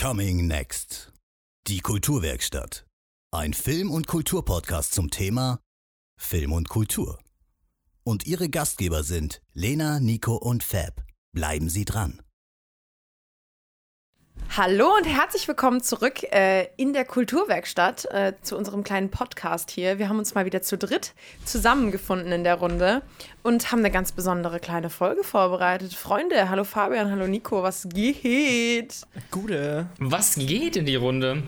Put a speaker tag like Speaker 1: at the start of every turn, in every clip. Speaker 1: Coming Next. Die Kulturwerkstatt. Ein Film- und Kulturpodcast zum Thema Film und Kultur. Und ihre Gastgeber sind Lena, Nico und Fab. Bleiben Sie dran.
Speaker 2: Hallo und herzlich willkommen zurück äh, in der Kulturwerkstatt äh, zu unserem kleinen Podcast hier. Wir haben uns mal wieder zu dritt zusammengefunden in der Runde und haben eine ganz besondere kleine Folge vorbereitet. Freunde, hallo Fabian, hallo Nico, was geht?
Speaker 3: Gute.
Speaker 4: Was geht in die Runde?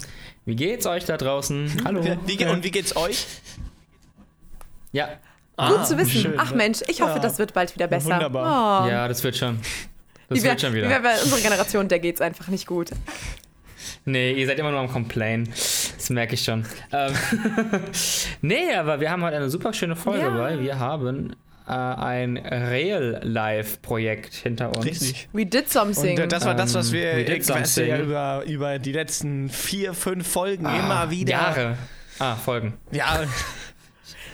Speaker 4: Wie geht's euch da draußen? Hallo.
Speaker 3: Wie, ge- und wie geht's euch?
Speaker 4: Ja.
Speaker 2: Gut zu wissen.
Speaker 3: Ah, schön,
Speaker 2: Ach
Speaker 3: ne?
Speaker 2: Mensch, ich hoffe,
Speaker 3: Ja.
Speaker 2: das wird bald wieder besser.
Speaker 3: Wunderbar.
Speaker 2: Oh.
Speaker 4: Ja, das wird schon. Das
Speaker 2: Wie wär-
Speaker 4: wird schon
Speaker 2: Wie wär
Speaker 4: wieder.
Speaker 2: bei unserer Generation, der geht's einfach nicht gut.
Speaker 4: Nee, ihr seid immer nur am Complain. Das merke ich schon. Ähm, nee, aber wir haben heute eine super schöne Folge,
Speaker 2: Ja.
Speaker 4: weil wir haben äh, ein Real-Life-Projekt hinter uns.
Speaker 3: Richtig.
Speaker 2: We did something.
Speaker 3: Und äh, das war das, was wir
Speaker 4: Ähm, wie
Speaker 3: äh,
Speaker 4: geht's
Speaker 3: quasi
Speaker 4: sonst
Speaker 3: ja
Speaker 4: denn?
Speaker 3: über, über die letzten vier, fünf Folgen immer wieder.
Speaker 4: Ah, Jahre. Ah, Folgen.
Speaker 3: Ja,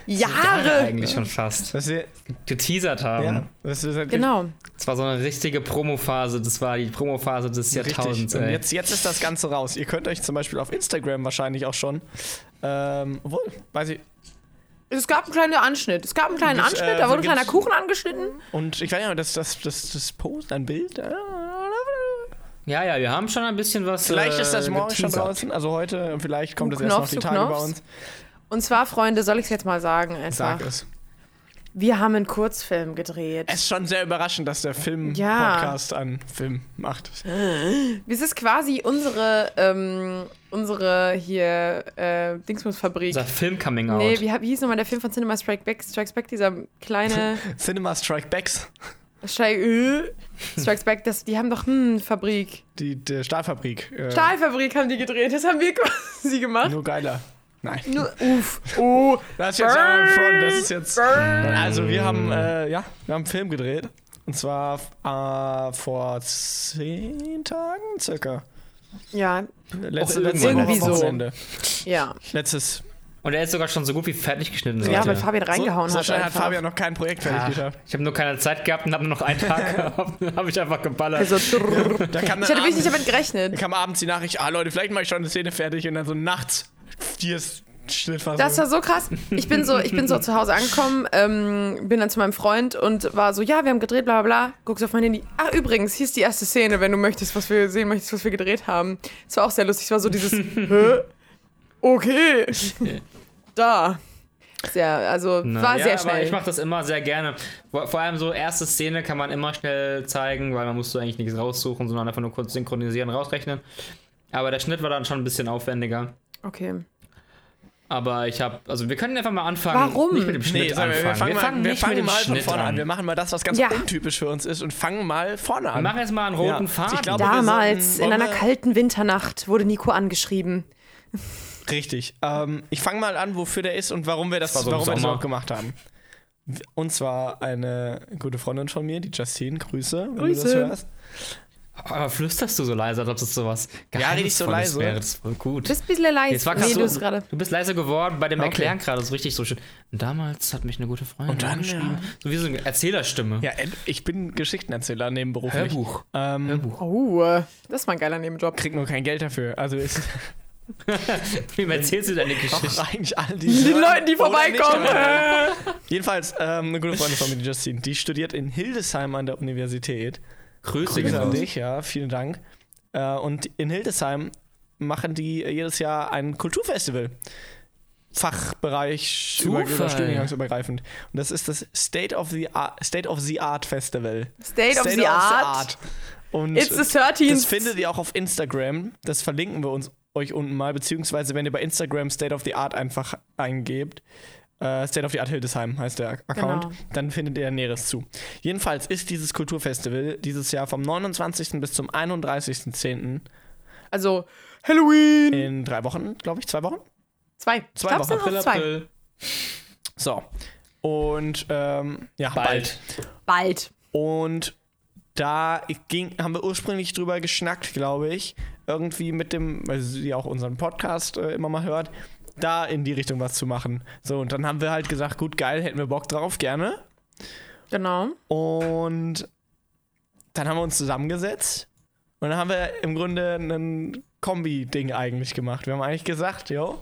Speaker 2: Jahre.
Speaker 4: Eigentlich schon fast.
Speaker 3: was wir,
Speaker 4: Geteasert haben.
Speaker 3: ja, halt was wir seit-
Speaker 2: Genau.
Speaker 4: Das war so eine richtige Promophase. Das war die Promophase des Jahrtausends.
Speaker 3: Richtig. Und
Speaker 4: Ey.
Speaker 3: jetzt, jetzt ist das Ganze raus. Ihr könnt euch zum Beispiel auf Instagram wahrscheinlich auch schon. Ähm, obwohl, weiß ich.
Speaker 2: Es gab einen kleinen Anschnitt. Es gab einen kleinen
Speaker 3: Gibt's,
Speaker 2: Anschnitt,
Speaker 3: äh,
Speaker 2: da wurde ein
Speaker 3: gibt's-
Speaker 2: kleiner Kuchen angeschnitten.
Speaker 3: Und ich weiß ja, das, das, das, das Post, ein Bild. äh,
Speaker 4: Ja, ja, wir haben schon ein bisschen was.
Speaker 3: Vielleicht ist das
Speaker 4: äh,
Speaker 3: morgen schon
Speaker 4: geteasert.
Speaker 3: draußen. Also heute, vielleicht kommt
Speaker 2: Du
Speaker 3: es erst noch
Speaker 2: knopfst,
Speaker 3: die
Speaker 2: du
Speaker 3: Tage bei
Speaker 2: knopfst.
Speaker 3: uns.
Speaker 2: Und zwar, Freunde, soll ich es jetzt mal sagen einfach.
Speaker 3: Sag es.
Speaker 2: Wir haben einen Kurzfilm gedreht.
Speaker 3: Es ist schon sehr überraschend, dass der
Speaker 2: Ja.
Speaker 3: Film-Podcast einen Film macht.
Speaker 2: Es ist quasi unsere, ähm, unsere hier, äh, Dingsbums-Fabrik.
Speaker 4: Unser Film-Coming-Out.
Speaker 2: Nee, wie, wie hieß nochmal der Film von Cinema Strike Back? Strikes Back, dieser kleine
Speaker 3: Cinema Strike Backs,
Speaker 2: Strike, Strikes Back, das, die haben doch, hm, Fabrik.
Speaker 3: die, die Stahlfabrik. Äh,
Speaker 2: Stahlfabrik haben die gedreht, das haben wir quasi gemacht.
Speaker 3: Nur geiler. Nein.
Speaker 2: Nur, uff, oh,
Speaker 3: Das ist jetzt aber front, das ist jetzt. Also wir haben, äh, ja, wir haben einen Film gedreht. Und zwar äh, vor zehn Tagen circa.
Speaker 2: ja,
Speaker 3: Letzte,
Speaker 4: Auch
Speaker 2: Oh,
Speaker 3: letzte
Speaker 4: irgendwann
Speaker 2: irgendwie
Speaker 3: letztes
Speaker 2: so.
Speaker 3: Wochenende.
Speaker 2: ja.
Speaker 3: Letztes.
Speaker 4: Und er ist sogar schon so gut wie fertig geschnitten.
Speaker 2: Ja,
Speaker 4: Leute.
Speaker 2: weil Fabian reingehauen
Speaker 3: so, so
Speaker 2: hat.
Speaker 3: schnell hat
Speaker 2: einfach.
Speaker 3: Fabian noch kein Projekt
Speaker 2: Ah.
Speaker 3: fertig geschafft.
Speaker 4: Ich habe nur keine Zeit gehabt und habe nur noch einen Tag gehabt. Dann habe ich einfach geballert.
Speaker 2: Also,
Speaker 3: Da kam,
Speaker 2: ich
Speaker 3: dann
Speaker 2: hätte wirklich
Speaker 3: abends,
Speaker 2: nicht damit
Speaker 3: da
Speaker 2: gerechnet.
Speaker 3: kam abends die Nachricht, ah Leute, vielleicht mache ich schon eine Szene fertig und dann so nachts die ist Schnittfassung.
Speaker 2: Das war so krass. Ich bin so, ich bin so zu Hause angekommen, ähm, bin dann zu meinem Freund und war so, ja, wir haben gedreht, bla bla bla. Guckst auf mein Handy. Ach, übrigens, hier ist die erste Szene, wenn du möchtest, was wir sehen möchtest, was wir gedreht haben. Es war auch sehr lustig. Es war so dieses, hä? Okay. da. Sehr, also
Speaker 4: Na,
Speaker 2: war
Speaker 4: ja,
Speaker 2: sehr
Speaker 4: Aber ich
Speaker 2: schnell.
Speaker 4: mache das immer sehr gerne. Vor vor allem so erste Szene kann man immer schnell zeigen, weil man musst du eigentlich nichts raussuchen, sondern einfach nur kurz synchronisieren, rausrechnen. Aber der Schnitt war dann schon ein bisschen aufwendiger.
Speaker 2: Okay.
Speaker 4: Aber ich habe, also wir können einfach mal anfangen.
Speaker 2: Warum?
Speaker 4: Nicht mit dem Schnitt
Speaker 3: Nee, sagen
Speaker 4: anfangen.
Speaker 3: wir, wir fangen, mal, wir
Speaker 4: nicht
Speaker 3: fangen
Speaker 4: mit dem
Speaker 3: mal von
Speaker 4: Schnitt
Speaker 3: vorne an. Wir
Speaker 4: Wir
Speaker 3: machen mal das, was ganz
Speaker 2: Ja.
Speaker 3: untypisch für uns ist und fangen mal vorne an.
Speaker 4: machen jetzt mal einen roten
Speaker 3: Ja.
Speaker 4: Faden.
Speaker 3: Ich glaube- Aber wir
Speaker 2: Damals,
Speaker 3: sollten-
Speaker 2: in einer
Speaker 3: wollen wir-
Speaker 2: kalten Winternacht, wurde Nico angeschrieben.
Speaker 3: Richtig. Ähm, ich fange mal an, wofür der ist und warum wir das,
Speaker 4: war so im
Speaker 3: warum wir das
Speaker 4: Sommer.
Speaker 3: überhaupt gemacht haben. Und zwar eine gute Freundin von mir, die Justine. Grüße, wenn du das
Speaker 2: Grüße.
Speaker 3: hörst.
Speaker 4: aber flüsterst du so leise, als ob das sowas
Speaker 3: Ja, red ich so
Speaker 4: Geheimnisvolles
Speaker 3: leise.
Speaker 4: wäre. Das ist voll gut.
Speaker 2: Bist ein bisschen
Speaker 4: Jetzt
Speaker 2: leise.
Speaker 4: war
Speaker 2: Nee,
Speaker 4: krass,
Speaker 2: du bist
Speaker 4: so-
Speaker 2: gerade.
Speaker 4: Du bist leiser geworden bei dem
Speaker 3: Okay.
Speaker 4: Erklären gerade, das ist richtig so schön. Und damals hat mich eine gute Freundin
Speaker 3: Und dann,
Speaker 4: angeschrieben. So wie so eine Erzählerstimme.
Speaker 3: Ja, ent- ich bin Geschichtenerzähler nebenberuflich.
Speaker 4: Hörbuch.
Speaker 3: Ähm,
Speaker 4: Hörbuch.
Speaker 2: Oh, das war ein geiler Nebenjob.
Speaker 3: krieg nur kein Geld dafür. Also ist
Speaker 4: Wem erzählst du deine
Speaker 3: auch
Speaker 4: Geschichte?
Speaker 3: eigentlich all die.
Speaker 2: Den
Speaker 3: hören
Speaker 2: Leuten, die
Speaker 3: oder nicht
Speaker 2: vorbeikommen.
Speaker 3: hören. Jedenfalls, ähm, eine gute Freundin von mir, die Justine, die studiert in Hildesheim an der Universität.
Speaker 4: Grüße
Speaker 3: Grüße an
Speaker 4: genau.
Speaker 3: dich, ja, vielen Dank. Äh, und in Hildesheim machen die jedes Jahr ein Kulturfestival. Fachbereich über-
Speaker 4: Zufall.
Speaker 3: über studiengangsübergreifend. Und das ist das State of the Art, State of the Art Festival.
Speaker 2: State, of the Art.
Speaker 3: Und
Speaker 2: It's the
Speaker 3: das
Speaker 2: 13th.
Speaker 3: findet ihr auch auf Instagram. Das verlinken wir uns euch unten mal, beziehungsweise wenn ihr bei Instagram State of the Art einfach eingebt. äh, State of the Art Hildesheim heißt der Account.
Speaker 2: Genau.
Speaker 3: Dann findet ihr Näheres zu. Jedenfalls ist dieses Kulturfestival dieses Jahr vom 29. bis zum 31.10.
Speaker 2: also Halloween.
Speaker 3: in drei Wochen, glaube ich, zwei Wochen.
Speaker 2: Zwei. Ich
Speaker 3: Zwei
Speaker 2: glaub's
Speaker 3: Wochen.
Speaker 2: sind noch zwei.
Speaker 3: So. Und ähm, ja, bald.
Speaker 4: Bald.
Speaker 2: Bald.
Speaker 3: Und da ging, haben wir ursprünglich drüber geschnackt, glaube ich. Irgendwie mit dem, weil sie auch unseren Podcast äh, immer mal hört, da in die Richtung was zu machen. So, und dann haben wir halt gesagt, gut, geil, hätten wir Bock drauf, gerne.
Speaker 2: Genau.
Speaker 3: Und dann haben wir uns zusammengesetzt und dann haben wir im Grunde einen Kombi-Ding eigentlich gemacht. Wir haben eigentlich gesagt, yo,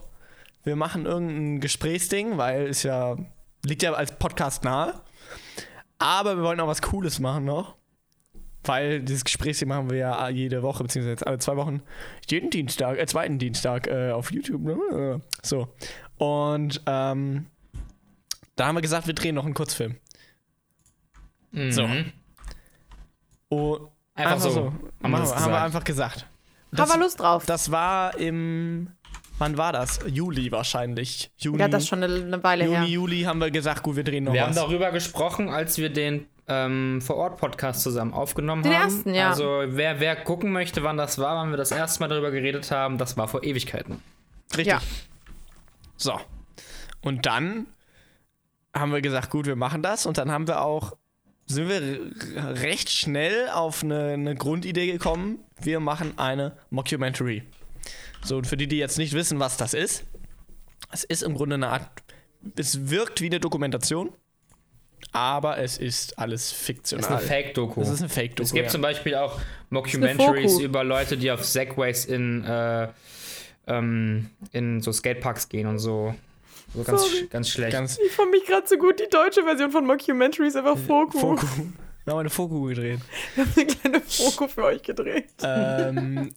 Speaker 3: wir machen irgendein Gesprächsding, weil ist ja, liegt ja als Podcast nahe. Aber wir wollen auch was Cooles machen noch. Weil dieses Gesprächsding machen wir ja jede Woche, beziehungsweise jetzt alle zwei Wochen, jeden Dienstag, äh, zweiten Dienstag äh, auf YouTube. Ne? So. Und ähm, da haben wir gesagt, wir drehen noch einen Kurzfilm. So.
Speaker 4: Mhm.
Speaker 3: Und
Speaker 4: Einfach so.
Speaker 3: Oh, Haben,
Speaker 4: Haben
Speaker 3: wir,
Speaker 4: wir das
Speaker 3: haben wir
Speaker 4: gesagt.
Speaker 3: einfach gesagt.
Speaker 2: Hab mal Lust drauf.
Speaker 3: Das war im. Wann war das? Juli wahrscheinlich. Juni,
Speaker 2: ja, das ist schon eine, eine Weile
Speaker 3: Juni,
Speaker 2: her.
Speaker 3: Juli haben wir gesagt, gut, wir drehen noch
Speaker 4: Wir haben
Speaker 3: was.
Speaker 4: darüber gesprochen, als wir den ähm, Vor-Ort-Podcast zusammen aufgenommen
Speaker 2: Den
Speaker 4: haben.
Speaker 2: ersten, ja.
Speaker 4: Also wer, wer gucken möchte, wann das war, wann wir das erste Mal darüber geredet haben, das war vor Ewigkeiten.
Speaker 3: Richtig.
Speaker 2: Ja.
Speaker 3: So. Und dann haben wir gesagt, gut, wir machen das. Und dann haben wir auch, sind wir re- recht schnell auf eine, eine Grundidee gekommen. Wir machen eine Mockumentary. So, und für die, die jetzt nicht wissen, was das ist, es ist im Grunde eine Art, es wirkt wie eine Dokumentation, aber es ist alles fiktional.
Speaker 4: Das ist eine Fake-Doku.
Speaker 3: Es Genau. ist eine Fake-Doku.
Speaker 4: Es gibt
Speaker 3: Oh ja.
Speaker 4: zum Beispiel auch
Speaker 2: Das ist
Speaker 4: Mockumentaries
Speaker 2: eine Doku.
Speaker 4: über Leute, die auf Segways in, äh, ähm, in so Skateparks gehen und so. So ganz,
Speaker 2: Sorry.
Speaker 4: sch- ganz schlecht.
Speaker 3: ganz
Speaker 2: Ich fand mich gerade so gut, die deutsche Version von Mockumentaries einfach Foku.
Speaker 3: Foku. Wir haben eine Foku gedreht.
Speaker 2: Wir haben eine kleine Foku für euch gedreht.
Speaker 3: ähm,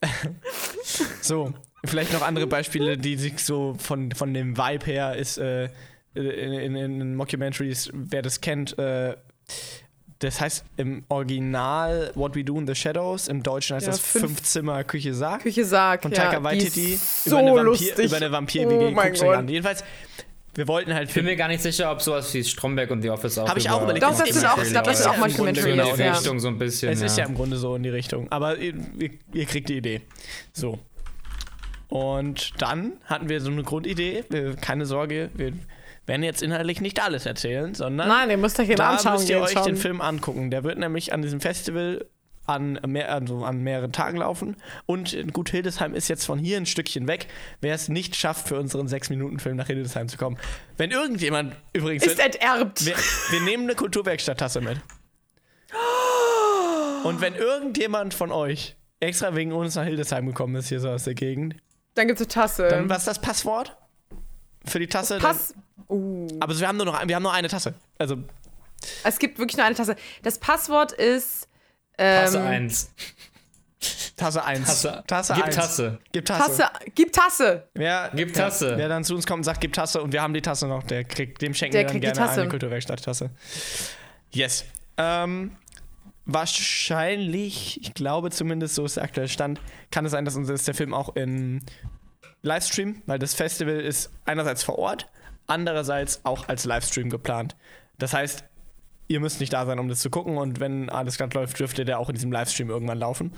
Speaker 3: so, vielleicht noch andere Beispiele, die sich so von, von dem Vibe her ist, äh, in, in, in Mockumentaries, wer das kennt, äh, das heißt im Original What We Do in the Shadows, im Deutschen heißt
Speaker 2: Ja,
Speaker 3: das
Speaker 2: fünf-
Speaker 3: Fünfzimmer-Küche Sarg.
Speaker 2: Küche sagt,
Speaker 3: Von
Speaker 2: ja,
Speaker 3: Taika
Speaker 2: die
Speaker 3: Waititi
Speaker 2: ist so
Speaker 3: über eine Vampir,
Speaker 2: lustig.
Speaker 3: über eine
Speaker 2: oh
Speaker 3: Vampir-WG.
Speaker 2: mein
Speaker 3: guckt's euch
Speaker 2: Gott.
Speaker 3: an. Jedenfalls, wir wollten halt
Speaker 4: Ich bin mir gar nicht sicher, ob sowas wie Stromberg und The Office auch.
Speaker 3: Hab ich auch überlegt,
Speaker 2: Doch, das sind auch- ich glaub, das sind auch
Speaker 4: mal
Speaker 2: Mockumentaries,
Speaker 4: in die
Speaker 2: ja.
Speaker 4: Richtung so ein bisschen.
Speaker 3: Es ist ja im Grunde so in die Richtung. Aber ihr, ihr, ihr kriegt die Idee. So. Und dann hatten wir so eine Grundidee. Wir, keine Sorge, wir werden jetzt inhaltlich nicht alles erzählen, sondern
Speaker 2: Nein, ihr müsst euch den
Speaker 3: da
Speaker 2: anschauen
Speaker 3: müsst ihr
Speaker 2: gehen
Speaker 3: euch
Speaker 2: schon.
Speaker 3: den Film angucken. Der wird nämlich an diesem Festival an, mehr, also an mehreren Tagen laufen. Und gut, Hildesheim ist jetzt von hier ein Stückchen weg. Wer es nicht schafft, für unseren 6-Minuten-Film nach Hildesheim zu kommen. Wenn irgendjemand übrigens.
Speaker 2: Ist enterbt.
Speaker 3: Wir, wir nehmen eine Kulturwerkstatt-Tasse mit. Und wenn irgendjemand von euch extra wegen uns nach Hildesheim gekommen ist, hier so aus der Gegend,
Speaker 2: Dann gibt's eine Tasse.
Speaker 3: dann was ist das Passwort für die Tasse?
Speaker 2: Ähm. Pass.
Speaker 3: Dann, aber wir haben, nur noch, wir haben nur eine Tasse. Also
Speaker 2: Es gibt wirklich nur eine Tasse. Das Passwort ist
Speaker 4: Tasse
Speaker 2: ähm,
Speaker 4: 1.
Speaker 3: Tasse 1.
Speaker 4: Tasse.
Speaker 3: Tasse
Speaker 4: Gib
Speaker 3: 1.
Speaker 4: Tasse.
Speaker 3: Gib Tasse.
Speaker 2: Tasse. Gib Tasse.
Speaker 3: Wer,
Speaker 4: Gib
Speaker 3: ja,
Speaker 4: Tasse.
Speaker 3: Wer dann zu uns kommt und sagt, gib Tasse und wir haben die Tasse noch, der kriegt, dem schenken
Speaker 2: Der
Speaker 3: wir dann
Speaker 2: kriegt die
Speaker 3: gerne
Speaker 2: Tasse.
Speaker 3: eine Kulturwerkstatt-Tasse. Yes. Ähm, wahrscheinlich, ich glaube zumindest, so ist der aktuelle Stand, kann es sein, dass uns dass der Film auch in Livestream, weil das Festival ist einerseits vor Ort, andererseits auch als Livestream geplant. Das heißt, ihr müsst nicht da sein, um das zu gucken und wenn alles glatt läuft, dürfte der auch in diesem Livestream irgendwann laufen.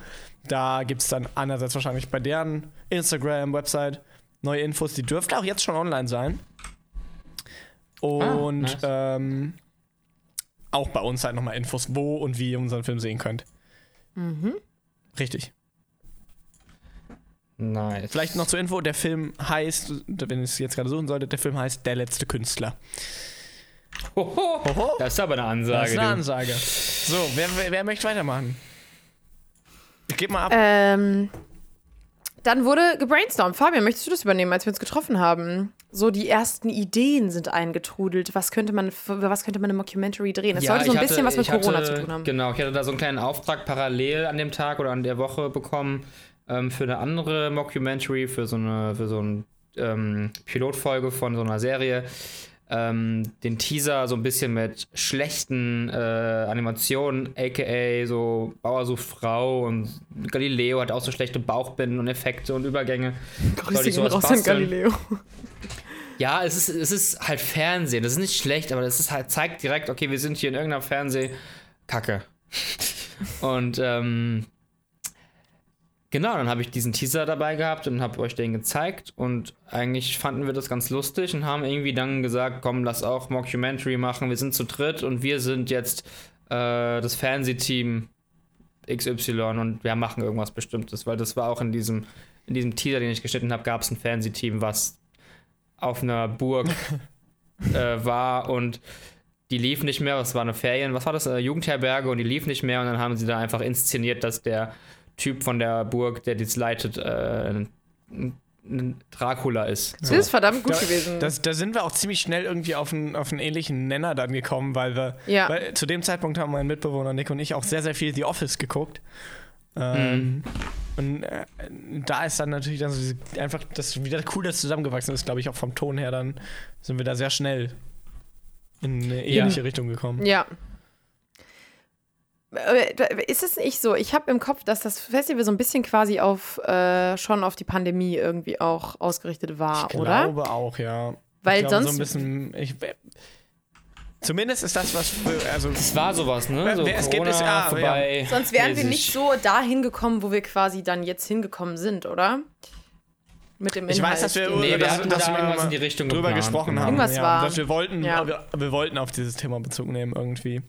Speaker 3: Da gibt es dann einerseits wahrscheinlich bei deren Instagram, Website neue Infos, die dürfte auch jetzt schon online sein. Und
Speaker 4: nice.
Speaker 3: ähm, auch bei uns halt nochmal Infos, wo und wie ihr unseren Film sehen könnt. Richtig.
Speaker 4: Nice.
Speaker 3: Vielleicht noch zur Info, der Film heißt, wenn ihr es jetzt gerade suchen solltet, der Film heißt Der letzte Künstler.
Speaker 4: Hoho.
Speaker 3: Oho,
Speaker 4: Das ist aber eine Ansage.
Speaker 3: das ist eine
Speaker 4: du.
Speaker 3: Ansage. So, wer, wer, wer möchte weitermachen? Gib mal ab.
Speaker 2: Ähm, dann wurde gebrainstormt. Fabian, möchtest du das übernehmen, als wir uns getroffen haben? So die ersten Ideen sind eingetrudelt. Was könnte man, über was könnte man eine Mockumentary drehen? Das sollte so ein
Speaker 4: ich hatte-
Speaker 2: bisschen was mit
Speaker 4: ich hatte-
Speaker 2: Corona zu tun haben.
Speaker 4: Genau, ich hatte da so einen kleinen Auftrag parallel an dem Tag oder an der Woche bekommen ähm, für eine andere Mockumentary, für so eine, für so eine ähm, Pilotfolge von so einer Serie. Ähm, den Teaser so ein bisschen mit schlechten äh, Animationen, aka so Bauer sucht Frau und Galileo hat auch so schlechte Bauchbinden und Effekte und Übergänge. Soll ich
Speaker 2: gehen
Speaker 4: sowas
Speaker 2: raus an
Speaker 4: basteln?
Speaker 2: Galileo.
Speaker 4: Ja, es ist, es ist halt Fernsehen. Das ist nicht schlecht, aber das ist halt, zeigt direkt, okay, wir sind hier in irgendeiner Fernsehkacke. und ähm, genau, dann habe ich diesen Teaser dabei gehabt und habe euch den gezeigt. Und eigentlich fanden wir das ganz lustig und haben irgendwie dann gesagt, komm, lass auch Mockumentary machen. Wir sind zu dritt und wir sind jetzt äh, das Fernsehteam XY und wir machen irgendwas Bestimmtes, weil das war auch in diesem, in diesem Teaser, den ich geschnitten habe, gab es ein Fernsehteam, was auf einer Burg äh, war und die lief nicht mehr, was war eine Ferien, was war das, äh, Jugendherberge und die lief nicht mehr und dann haben sie da einfach inszeniert, dass der Typ von der Burg, der dies leitet, äh, ein- ein Dracula ist.
Speaker 2: Das ist verdammt gut
Speaker 3: Da-
Speaker 2: gewesen.
Speaker 3: Das, da sind wir auch ziemlich schnell irgendwie auf einen, auf einen ähnlichen Nenner dann gekommen, weil wir
Speaker 2: Ja.
Speaker 3: weil äh, zu dem Zeitpunkt haben mein Mitbewohner Nick und ich auch sehr, sehr viel The Office geguckt. Ähm,
Speaker 2: Mhm.
Speaker 3: Und äh, da ist dann natürlich dann so diese, einfach das wieder cool, dass zusammengewachsen ist, glaube ich, auch vom Ton her, dann sind wir da sehr schnell in eine ähnliche Richtung gekommen.
Speaker 2: ja. Äh, da- Ist es nicht so? Ich habe im Kopf, dass das Festival so ein bisschen quasi auf äh, schon auf die Pandemie irgendwie auch ausgerichtet war,
Speaker 3: ich
Speaker 2: oder?
Speaker 3: glaube auch, ja.
Speaker 2: Weil
Speaker 3: ich glaube, so
Speaker 2: sonst-
Speaker 3: ein bisschen. Ich, zumindest ist das, was. Für, also,
Speaker 4: Es war sowas, ne? So
Speaker 3: Wer- es gibt
Speaker 4: Corona
Speaker 3: es- ah,
Speaker 4: vorbei.
Speaker 2: Sonst wären wir
Speaker 4: mäßig.
Speaker 2: nicht so dahin gekommen, wo wir quasi dann jetzt hingekommen sind, oder? Mit dem Inhalt.
Speaker 3: Ich weiß, dass wir,
Speaker 4: Nee, wir
Speaker 3: dass,
Speaker 4: hatten
Speaker 3: dass
Speaker 4: da
Speaker 3: wir
Speaker 4: irgendwas
Speaker 3: mal
Speaker 4: in die Richtung
Speaker 3: drüber
Speaker 4: geplant,
Speaker 3: gesprochen
Speaker 4: genau.
Speaker 3: haben.
Speaker 2: Irgendwas
Speaker 3: ja,
Speaker 2: war.
Speaker 3: Dass wir wollten,
Speaker 2: Ja.
Speaker 3: wir, wir wollten auf dieses Thema Bezug nehmen irgendwie.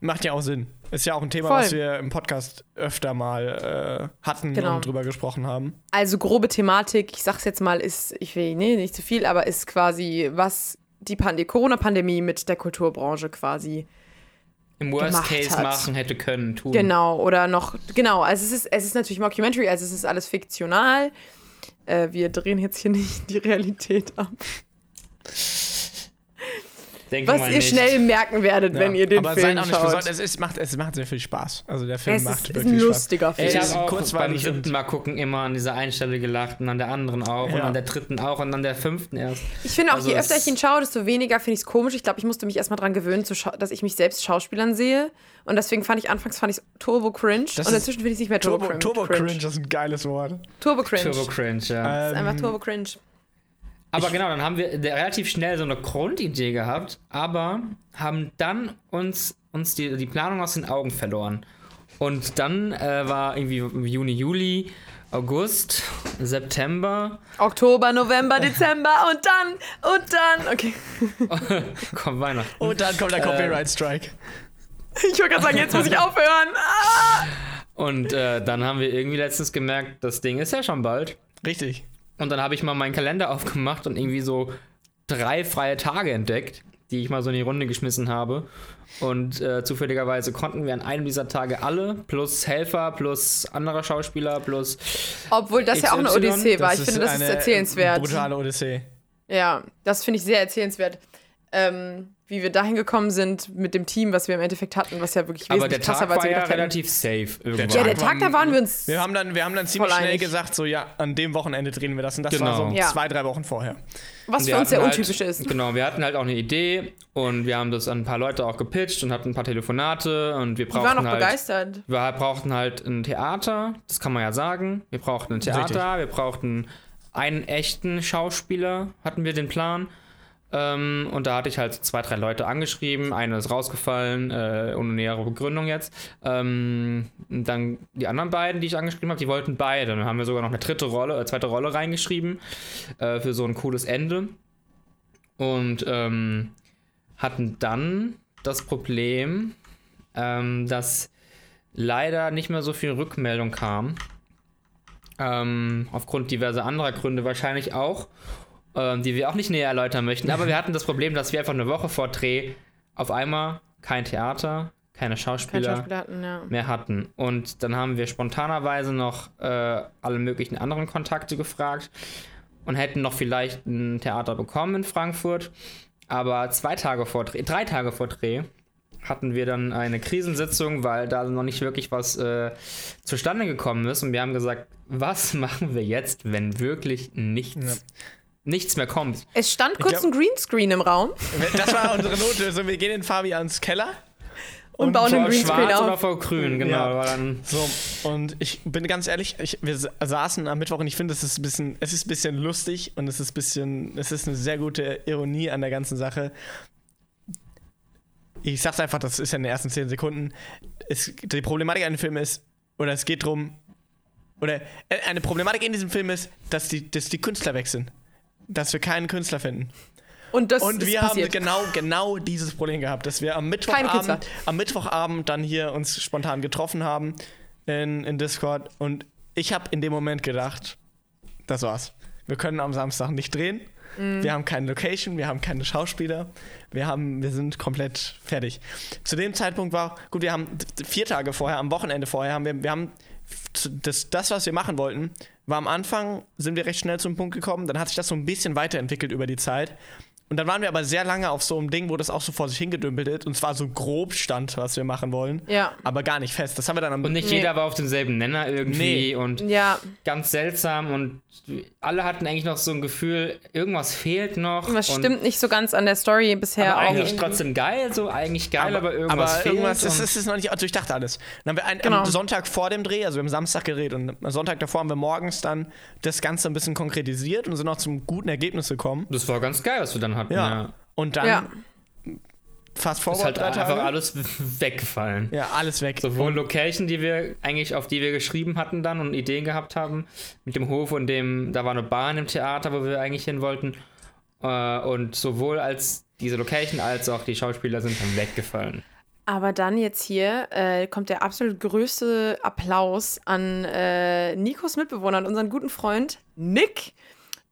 Speaker 3: Macht ja auch Sinn. Ist ja auch ein Thema,
Speaker 2: Voll.
Speaker 3: was wir im Podcast öfter mal äh, hatten
Speaker 2: Genau.
Speaker 3: und drüber gesprochen haben.
Speaker 2: Also grobe Thematik, ich sag's jetzt mal, ist, ich will nee, nicht zu viel, aber ist quasi, was die Pande- Corona-Pandemie mit der Kulturbranche quasi.
Speaker 4: Im Worst
Speaker 2: gemacht
Speaker 4: Case
Speaker 2: hat.
Speaker 4: machen hätte können, tun.
Speaker 2: Genau, oder noch, genau, also es ist, es ist natürlich Mockumentary, also es ist alles fiktional. Äh, wir drehen jetzt hier nicht die Realität ab.
Speaker 4: Denke
Speaker 2: Was
Speaker 4: mal
Speaker 2: ihr
Speaker 4: nicht.
Speaker 2: schnell merken werdet, wenn
Speaker 3: Ja.
Speaker 2: ihr den
Speaker 3: Aber
Speaker 2: Film
Speaker 3: seid auch nicht
Speaker 2: schaut.
Speaker 3: besorgt, es, ist, macht, es macht sehr viel Spaß. Also der Film
Speaker 2: Es
Speaker 3: macht
Speaker 2: ist, ist
Speaker 3: wirklich
Speaker 2: ein
Speaker 3: Spaß.
Speaker 2: lustiger
Speaker 4: Ich
Speaker 2: Film.
Speaker 3: ist
Speaker 4: habe auch beim
Speaker 3: kurzweilig
Speaker 4: dritten
Speaker 3: und-
Speaker 4: Mal gucken immer an dieser einen Stelle gelacht und an der anderen auch und
Speaker 3: Ja.
Speaker 4: an der dritten auch und an der fünften erst.
Speaker 2: Ich finde auch,
Speaker 4: Also
Speaker 2: je
Speaker 4: es-
Speaker 2: öfter ich ihn schaue, desto weniger finde ich es komisch. Ich glaube, ich musste mich erstmal dran gewöhnen, zu schau- dass ich mich selbst Schauspielern sehe. Und deswegen fand ich anfangs fand ich turbo cringe. und
Speaker 3: ist-
Speaker 2: inzwischen finde ich es nicht mehr turbo,
Speaker 3: Turbo,
Speaker 2: cringe.
Speaker 3: Turbo Cringe ist ein geiles Wort.
Speaker 2: Turbo cringe.
Speaker 4: Turbo Cringe,
Speaker 3: Äh,
Speaker 4: Ähm. ja.
Speaker 2: Das ist einfach turbo cringe.
Speaker 4: aber genau, dann haben wir da relativ schnell so eine Grundidee gehabt, aber haben dann uns, uns die, die Planung aus den Augen verloren. Und dann äh, war irgendwie im Juni, Juli, August, September,
Speaker 2: Oktober, November, Dezember und dann und dann. Okay.
Speaker 4: kommt Weihnachten.
Speaker 3: Und dann
Speaker 2: Äh.
Speaker 3: kommt der Copyright Strike.
Speaker 2: Ich wollte gerade sagen, jetzt muss ich aufhören. Ah!
Speaker 4: Und äh, dann haben wir irgendwie letztens gemerkt, das Ding ist ja schon bald.
Speaker 3: Richtig.
Speaker 4: Und dann habe ich mal meinen Kalender aufgemacht und irgendwie so drei freie Tage entdeckt, die ich mal so in die Runde geschmissen habe. Und äh, zufälligerweise konnten wir an einem dieser Tage alle, plus Helfer, plus anderer Schauspieler, plus.
Speaker 2: Obwohl das ja auch eine
Speaker 4: XY,
Speaker 2: Odyssee war. Ich finde, das ist
Speaker 3: eine
Speaker 2: erzählenswert.
Speaker 3: Brutale Odyssee.
Speaker 2: Ja, das finde ich sehr erzählenswert. Ähm, wie wir dahin gekommen sind mit dem Team, was wir im Endeffekt hatten, was ja wirklich
Speaker 4: Aber
Speaker 2: wesentlich
Speaker 4: der
Speaker 2: krasser
Speaker 4: Tag
Speaker 2: war, als wir
Speaker 4: war ja
Speaker 2: gedacht hätten.
Speaker 4: relativ safe irgendwann.
Speaker 2: Ja, der Tag, da waren wir uns
Speaker 3: Wir haben dann, wir haben dann ziemlich
Speaker 2: Voll
Speaker 3: schnell
Speaker 2: einig.
Speaker 3: gesagt, so ja, an dem Wochenende drehen wir das und das war
Speaker 4: Genau.
Speaker 3: so
Speaker 2: Ja.
Speaker 3: zwei, drei Wochen vorher.
Speaker 2: Was für uns
Speaker 4: Wir hatten
Speaker 2: sehr
Speaker 4: halt-
Speaker 2: untypisch ist.
Speaker 4: Genau, wir hatten halt auch eine Idee und wir haben das an ein paar Leute auch gepitcht und hatten ein paar Telefonate und wir
Speaker 2: Die
Speaker 4: brauchten
Speaker 2: waren auch
Speaker 4: halt
Speaker 2: begeistert.
Speaker 4: Wir brauchten halt ein Theater, das kann man ja sagen. Wir brauchten ein Theater, wir brauchten einen echten Schauspieler, hatten wir den Plan. Ähm, und da hatte ich halt zwei, drei Leute angeschrieben. Einer ist rausgefallen, äh, ohne nähere Begründung jetzt. Ähm, und dann die anderen beiden, die ich angeschrieben habe, die wollten beide. Dann haben wir sogar noch eine dritte Rolle, äh, zweite Rolle reingeschrieben äh, für so ein cooles Ende. Und ähm, hatten dann das Problem, ähm, dass leider nicht mehr so viel Rückmeldung kam. Ähm, aufgrund diverser anderer Gründe wahrscheinlich auch, ähm, die wir auch nicht näher erläutern möchten. Aber wir hatten das Problem, dass wir einfach eine Woche vor Dreh auf einmal kein Theater, keine
Speaker 2: Kein
Speaker 4: Schauspieler,
Speaker 2: Schauspieler hatten, ja.
Speaker 4: mehr hatten. Und dann haben wir spontanerweise noch äh, alle möglichen anderen Kontakte gefragt und hätten noch vielleicht ein Theater bekommen in Frankfurt. Aber zwei Tage vor Dreh, drei Tage vor Dreh hatten wir dann eine Krisensitzung, weil da noch nicht wirklich was äh, zustande gekommen ist. Und wir haben gesagt, was machen wir jetzt, wenn wirklich nichts, nichts mehr kommt?
Speaker 2: Es stand kurz
Speaker 3: glaub-
Speaker 2: ein Greenscreen im Raum
Speaker 3: Das war unsere Notlösung. Wir gehen in Fabians Keller.
Speaker 2: und bauen einen
Speaker 4: Vor
Speaker 2: Greenscreen
Speaker 4: schwarz oder
Speaker 2: auf.
Speaker 4: vor grün, genau.
Speaker 3: Ja.
Speaker 4: aber Dann,
Speaker 3: So, und ich bin ganz ehrlich, ich, wir sa- saßen am Mittwoch und ich finde, es ist ein bisschen, es ist ein bisschen lustig und es ist ein bisschen, es ist eine sehr gute Ironie an der ganzen Sache. Ich sag's einfach, das ist ja in den ersten zehn Sekunden. Es, die Problematik an dem Film ist, oder es geht drum, oder äh, eine Problematik in diesem Film ist, dass die, dass die Künstler weg sind. Dass wir keinen Künstler finden.
Speaker 2: Und das
Speaker 3: Und
Speaker 2: ist
Speaker 3: wir haben
Speaker 2: passiert.
Speaker 3: genau, genau dieses Problem gehabt, dass wir am
Speaker 2: Keine Künstler.
Speaker 3: Mittwochabend, am Mittwochabend dann hier uns spontan getroffen haben in, in Discord. Und ich habe in dem Moment gedacht, das war's. Wir können am Samstag nicht drehen. Wir haben keine Location, wir haben keine Schauspieler, wir haben, wir sind komplett fertig. Zu dem Zeitpunkt war, gut, wir haben vier Tage vorher, am Wochenende vorher, haben wir, wir haben zu- das, das, was wir machen wollten, war am Anfang, sind wir recht schnell zum Punkt gekommen, dann hat sich das so ein bisschen weiterentwickelt über die Zeit. Und dann waren wir aber sehr lange auf so einem Ding, wo das auch so vor sich hingedümpelt ist. Und zwar so grob stand, was wir machen wollen.
Speaker 2: Ja.
Speaker 3: Aber gar nicht fest. Das haben wir dann am
Speaker 4: Und nicht
Speaker 2: Nee.
Speaker 4: jeder war auf demselben Nenner irgendwie
Speaker 3: Nee.
Speaker 4: und
Speaker 2: Ja,
Speaker 4: ganz seltsam und alle hatten eigentlich noch so ein Gefühl, irgendwas fehlt noch.
Speaker 2: was
Speaker 4: und
Speaker 2: stimmt nicht so ganz an der Story bisher.
Speaker 4: aber
Speaker 2: auch
Speaker 4: eigentlich
Speaker 2: irgendwie.
Speaker 4: trotzdem geil, so eigentlich geil, aber, irgendwas
Speaker 3: aber
Speaker 4: fehlt.
Speaker 3: irgendwas
Speaker 4: und
Speaker 3: ist, ist, ist noch nicht durchdacht alles. Dann haben wir einen,
Speaker 2: Genau.
Speaker 3: am Sonntag vor dem Dreh, also wir haben Samstag gedreht und am Sonntag davor haben wir morgens dann das Ganze ein bisschen konkretisiert und sind auch zum guten Ergebnis gekommen.
Speaker 4: das war ganz geil, was wir dann hatten.
Speaker 3: Ja.
Speaker 4: Ja.
Speaker 3: Und dann
Speaker 2: Ja.
Speaker 3: fast
Speaker 4: Ist
Speaker 3: forward
Speaker 4: halt
Speaker 3: drei
Speaker 4: einfach
Speaker 3: Tage.
Speaker 4: alles weggefallen.
Speaker 3: ja, alles weg.
Speaker 4: Sowohl Location, die wir eigentlich auf die wir geschrieben hatten dann und Ideen gehabt haben, mit dem Hof und dem, da war eine Bahn im Theater, wo wir eigentlich hin wollten. Äh, Und sowohl als diese Location als auch die Schauspieler sind dann weggefallen.
Speaker 2: Aber dann jetzt hier äh, kommt der absolut größte Applaus an äh, Nikos Mitbewohner und unseren guten Freund Nick,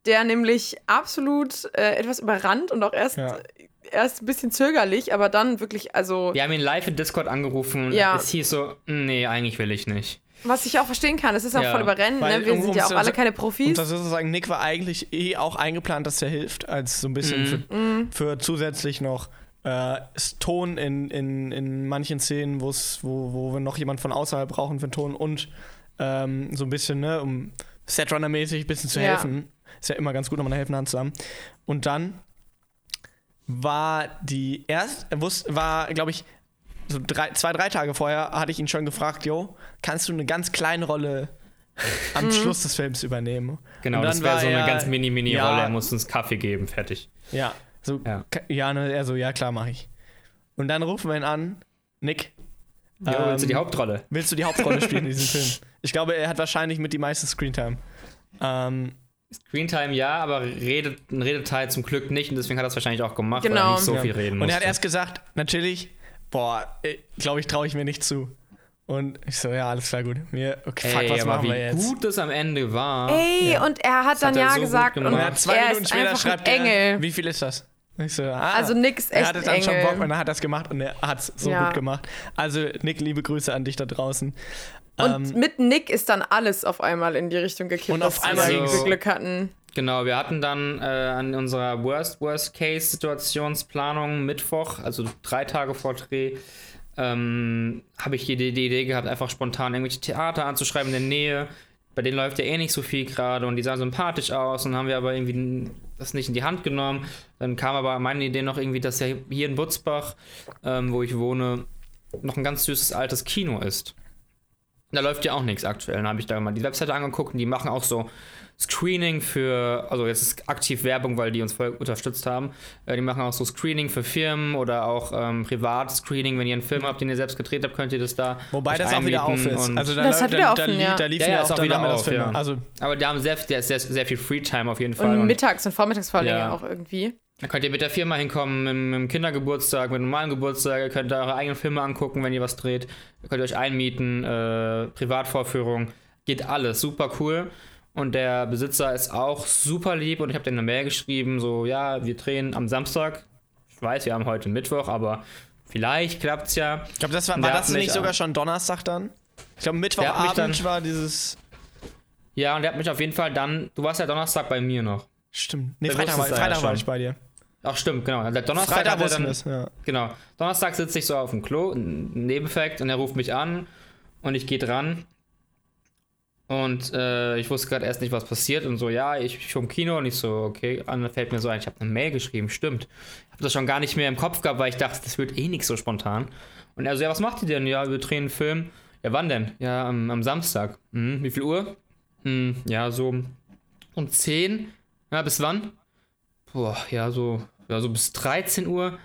Speaker 2: der nämlich absolut äh, etwas überrannt und auch erst,
Speaker 3: Ja.
Speaker 2: erst ein bisschen zögerlich, aber dann wirklich, also
Speaker 4: Wir haben ihn live in Discord angerufen und
Speaker 2: Ja.
Speaker 4: es hieß so, "Hm, nee, eigentlich will ich nicht.
Speaker 2: was ich auch verstehen kann, es ist auch
Speaker 4: Ja,
Speaker 2: voll überrennen,
Speaker 3: weil
Speaker 2: ne? wir
Speaker 3: irgendwo
Speaker 2: sind ja auch
Speaker 3: muss-
Speaker 2: alle keine
Speaker 3: Und
Speaker 2: Profis.
Speaker 3: das ist sozusagen, Nick war eigentlich eh auch eingeplant, dass er hilft, als so ein bisschen für, für zusätzlich noch äh, ist Ton in, in, in manchen Szenen, wo's- wo, wo wir noch jemand von außerhalb brauchen für den Ton und ähm, so ein bisschen, ne, um Setrunner-mäßig ein bisschen zu
Speaker 2: Ja.
Speaker 3: helfen. Ist ja immer ganz gut, nochmal eine helfende Hand zu haben. Und dann war die erst, wusste, war, glaube ich, so drei, zwei, drei Tage vorher hatte ich ihn schon gefragt, yo, kannst du eine ganz kleine Rolle am Schluss des Films übernehmen?
Speaker 4: Genau,
Speaker 3: Und dann
Speaker 4: das wäre
Speaker 3: war
Speaker 4: so eine
Speaker 3: er-
Speaker 4: ganz mini-mini-Rolle.
Speaker 3: ja.
Speaker 4: Er muss uns Kaffee geben, fertig.
Speaker 3: Ja, so,
Speaker 4: Ja.
Speaker 3: ja, ja ne, er so, ja klar, mache ich. Und dann rufen wir ihn an, Nick,
Speaker 4: Jo, willst du
Speaker 3: Ähm,
Speaker 4: die Hauptrolle?
Speaker 3: willst du die Hauptrolle spielen in diesem Film? Ich glaube, er hat wahrscheinlich mit die meiste Screentime. Ähm,
Speaker 4: Screentime ja, aber redet, redet halt zum Glück nicht und deswegen hat er es wahrscheinlich auch gemacht, weil er
Speaker 2: Genau.
Speaker 4: nicht so
Speaker 3: ja.
Speaker 4: viel reden
Speaker 3: Und
Speaker 4: musste.
Speaker 3: er hat erst gesagt, natürlich, boah, glaube ich, traue ich mir nicht zu. Und ich so, ja, alles klar, gut. Mir, okay, fuck,
Speaker 4: Ey,
Speaker 3: was
Speaker 4: aber
Speaker 3: machen
Speaker 4: wie
Speaker 3: wir jetzt?
Speaker 4: gut das am Ende war.
Speaker 2: Ey, und er hat dann
Speaker 4: hat er
Speaker 2: ja
Speaker 4: so gut
Speaker 2: gesagt und,
Speaker 4: gemacht.
Speaker 3: Und er hat zwei
Speaker 2: er
Speaker 3: Minuten
Speaker 2: ist
Speaker 3: später
Speaker 2: einfach
Speaker 3: schreibt
Speaker 2: ein
Speaker 3: er,
Speaker 2: Engel.
Speaker 3: wie viel ist das? Ich so, ah,
Speaker 2: Also Nick ist
Speaker 3: er
Speaker 2: echt
Speaker 3: hatte
Speaker 2: ein
Speaker 3: dann schon
Speaker 2: Engel.
Speaker 3: Bock und er hat das gemacht und er hat es so
Speaker 2: Ja.
Speaker 3: gut gemacht. Also Nick, liebe Grüße an dich da draußen.
Speaker 2: Und mit Nick ist dann alles auf einmal in die Richtung gekippt.
Speaker 3: Und auf
Speaker 2: dass wir
Speaker 3: einmal
Speaker 2: irgendwie
Speaker 4: ging's.
Speaker 2: Glück hatten.
Speaker 4: Genau, wir hatten dann äh, an unserer Worst-Worst-Case-Situationsplanung Mittwoch, also drei Tage vor Dreh, ähm, habe ich die, die die Idee gehabt, einfach spontan irgendwelche Theater anzuschreiben in der Nähe. Bei denen läuft ja eh nicht so viel gerade und die sahen sympathisch aus und haben wir aber irgendwie das nicht in die Hand genommen. Dann kam aber meine Idee noch irgendwie, dass ja hier in Butzbach, ähm, wo ich wohne, noch ein ganz süßes altes Kino ist. Da läuft ja auch nichts aktuell. Dann habe ich da mal die Webseite angeguckt und die machen auch so Screening für, also jetzt ist aktiv Werbung, weil die uns voll unterstützt haben. Äh, die machen auch so Screening für Firmen oder auch ähm, Privat-Screening. Wenn ihr einen Film habt, den ihr selbst gedreht habt, könnt ihr das da.
Speaker 3: Wobei
Speaker 4: euch
Speaker 3: das auch wieder auf
Speaker 4: einmieten
Speaker 3: ist.
Speaker 4: und-
Speaker 3: Also da,
Speaker 2: Das
Speaker 3: da,
Speaker 2: hat wieder
Speaker 3: da,
Speaker 2: offen,
Speaker 3: li-
Speaker 2: ja.
Speaker 3: da liefen
Speaker 4: Ja, ja,
Speaker 3: ja
Speaker 4: ist
Speaker 3: auch
Speaker 4: auch
Speaker 3: dann
Speaker 4: wieder
Speaker 3: nachmittags
Speaker 4: auf,
Speaker 3: Filme.
Speaker 4: ja.
Speaker 3: Also
Speaker 4: aber die haben sehr, sehr, sehr, sehr viel Freetime auf jeden Fall.
Speaker 2: Und
Speaker 4: und
Speaker 2: mittags und vormittags vor allem
Speaker 4: Ja.
Speaker 2: auch irgendwie.
Speaker 4: Dann könnt ihr mit der Firma hinkommen, mit, mit dem Kindergeburtstag, mit einem normalen Geburtstag, ihr könnt eure eigenen Filme angucken, wenn ihr was dreht, ihr könnt euch einmieten, äh, Privatvorführung, geht alles, super cool. Und der Besitzer ist auch super lieb und ich habe denen eine Mail geschrieben, so, ja, wir drehen am Samstag. Ich weiß, wir haben heute Mittwoch, aber vielleicht klappt's ja.
Speaker 3: ich glaube, das war,
Speaker 4: Der
Speaker 3: war
Speaker 4: hat
Speaker 3: das
Speaker 4: mich
Speaker 3: nicht
Speaker 4: an-
Speaker 3: sogar schon Donnerstag dann? Ich glaube,
Speaker 4: Der hat mich
Speaker 3: Mittwochabend
Speaker 4: dann-
Speaker 3: war dieses.
Speaker 4: Ja, und der hat mich auf jeden Fall dann, du warst ja Donnerstag bei mir noch.
Speaker 3: Stimmt. Nee,
Speaker 4: Der
Speaker 3: Freitag, war,
Speaker 4: wusste es
Speaker 3: Freitag
Speaker 4: ja
Speaker 3: war
Speaker 4: schon.
Speaker 3: ich bei dir.
Speaker 4: Ach stimmt, genau. Der Donnerstag
Speaker 3: Freitag
Speaker 4: hat er
Speaker 3: wussten
Speaker 4: dann,
Speaker 3: wir es, ja.
Speaker 4: Genau. Donnerstag sitze ich so auf dem Klo, ein Nebenfakt, und er ruft mich an und ich gehe dran. Und äh, ich wusste gerade erst nicht, was passiert und so, ja, ich ich vom Kino und ich so, okay, und dann fällt mir so ein, ich habe eine Mail geschrieben, stimmt. Ich habe das schon gar nicht mehr im Kopf gehabt, weil ich dachte, das wird eh nichts so spontan. Und er so, ja, was macht ihr denn? Ja, wir drehen einen Film. Ja, wann denn? Ja, am, am Samstag. Hm, wie viel Uhr? Hm, ja, so um 10. Ja, bis wann? Boah, ja, so, ja, so bis 13 Uhr.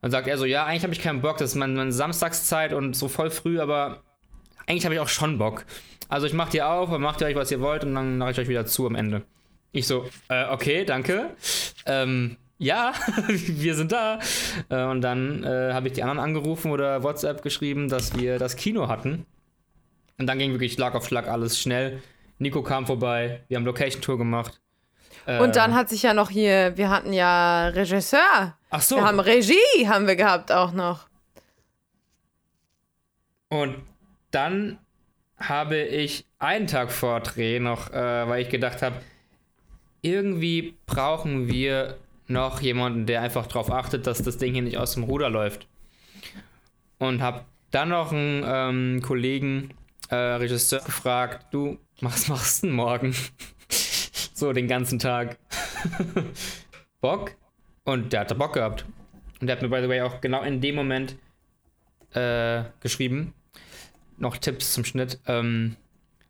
Speaker 4: Dann sagt er so, ja, eigentlich habe ich keinen Bock, das ist meine, meine Samstagszeit und so voll früh, aber eigentlich habe ich auch schon Bock. Also ich mach dir auf, dann macht ihr euch, was ihr wollt und dann mache ich euch wieder zu am Ende. Ich so, äh, okay, danke. Ähm, ja, wir sind da. Äh, und dann äh, habe ich die anderen angerufen oder WhatsApp geschrieben, dass wir das Kino hatten. Und dann ging wirklich Schlag auf Schlag alles schnell. Nico kam vorbei, wir haben Location-Tour gemacht.
Speaker 2: Und dann hat sich ja noch hier, wir hatten ja Regisseur.
Speaker 4: Ach so.
Speaker 2: Wir haben Regie haben wir gehabt auch noch.
Speaker 4: Und dann habe ich einen Tag vor Dreh noch, äh, weil ich gedacht habe, irgendwie brauchen wir noch jemanden, der einfach darauf achtet, dass das Ding hier nicht aus dem Ruder läuft. Und habe dann noch einen ähm, Kollegen, äh, Regisseur, gefragt, du, was machst du denn morgen? so den ganzen Tag. Bock? Und der hatte Bock gehabt. Und der hat mir, by the way, auch genau in dem Moment äh, geschrieben. Noch Tipps zum Schnitt. Ähm,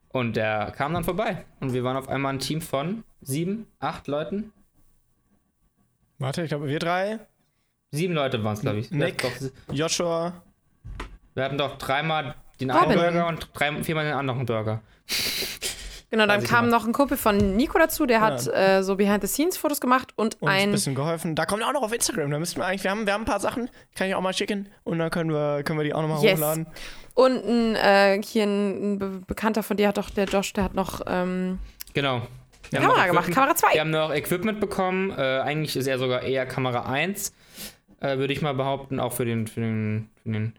Speaker 4: und der kam dann vorbei. Und wir waren auf einmal ein Team von sieben, acht Leuten.
Speaker 3: Warte, ich glaube, wir drei,
Speaker 4: Sieben Leute waren es, glaube ich.
Speaker 3: Nick,
Speaker 4: Wir hatten doch,
Speaker 3: Joshua,
Speaker 4: wir hatten doch dreimal den
Speaker 2: Robin.
Speaker 4: einen Burger und drei, viermal den anderen Burger.
Speaker 2: Genau, dann
Speaker 4: Weiß ich
Speaker 2: kam
Speaker 4: noch.
Speaker 2: noch ein Kumpel von Nico dazu, der hat äh, so Behind-the-Scenes-Fotos gemacht und,
Speaker 3: uns ein
Speaker 2: ein.
Speaker 3: bisschen geholfen. Da kommen wir auch noch auf Instagram. Da müssten wir eigentlich, wir haben, wir haben ein paar Sachen, kann ich auch mal schicken und dann können wir, können wir die auch nochmal
Speaker 2: Yes.
Speaker 3: hochladen.
Speaker 2: Und ein, äh, hier ein, ein Be Bekannter von dir hat doch, der Josh, der hat noch ähm,
Speaker 4: Genau. Wir haben
Speaker 2: Kamera
Speaker 4: noch
Speaker 2: gemacht,
Speaker 4: Equipment-
Speaker 2: Kamera 2.
Speaker 4: Wir haben noch Equipment bekommen. Äh, eigentlich ist er sogar eher Kamera 1, äh, würde ich mal behaupten, auch für den, für den, für den,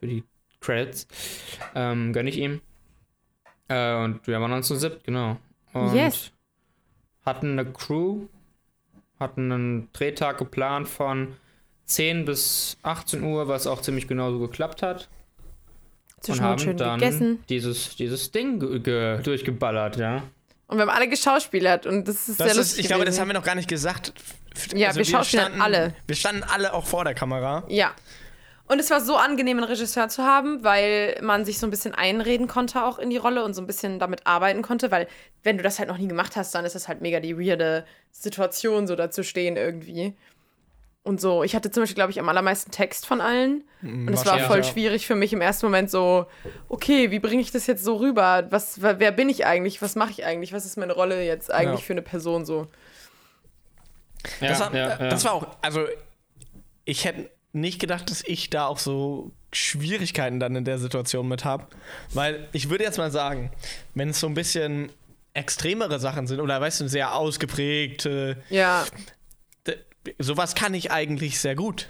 Speaker 4: für die Credits. Ähm, gönne ich ihm. Äh, und wir waren dann zu siebt, genau. Und
Speaker 2: Yes.
Speaker 4: hatten eine Crew, hatten einen Drehtag geplant von 10 bis 18 Uhr, was auch ziemlich genau so geklappt hat. Und
Speaker 2: zwischen
Speaker 4: haben
Speaker 2: schön
Speaker 4: dann
Speaker 2: gegessen.
Speaker 4: dieses dieses Ding ge- ge- durchgeballert, ja.
Speaker 2: Und wir haben alle geschauspielert und das ist
Speaker 3: Das
Speaker 2: sehr
Speaker 3: ist,
Speaker 2: lustig.
Speaker 3: ich glaube, das
Speaker 2: gewesen.
Speaker 3: haben wir noch gar nicht gesagt. F-
Speaker 2: Ja, wir schauspielern alle.
Speaker 3: Wir standen alle auch vor der Kamera.
Speaker 2: Ja. Und es war so angenehm, einen Regisseur zu haben, weil man sich so ein bisschen einreden konnte auch in die Rolle und so ein bisschen damit arbeiten konnte, weil wenn du das halt noch nie gemacht hast, dann ist das halt mega die weirde Situation, so da zu stehen irgendwie. Und so, ich hatte zum Beispiel, glaube ich, am allermeisten Text von allen. Und es war
Speaker 3: wahrscheinlich,
Speaker 2: voll
Speaker 3: ja.
Speaker 2: schwierig für mich im ersten Moment so, okay, wie bringe ich das jetzt so rüber? Was, wer wer bin ich eigentlich? Was mache ich eigentlich? Was ist meine Rolle jetzt eigentlich
Speaker 3: Ja.
Speaker 2: für eine Person so?
Speaker 3: Das,
Speaker 4: ja,
Speaker 3: war,
Speaker 4: ja,
Speaker 3: äh,
Speaker 4: ja.
Speaker 3: das war auch, also ich hätte nicht gedacht, dass ich da auch so Schwierigkeiten dann in der Situation mit habe. Weil ich würde jetzt mal sagen, wenn es so ein bisschen extremere Sachen sind oder weißt du, sehr ausgeprägt, äh,
Speaker 2: Ja,
Speaker 3: d- sowas kann ich eigentlich sehr gut.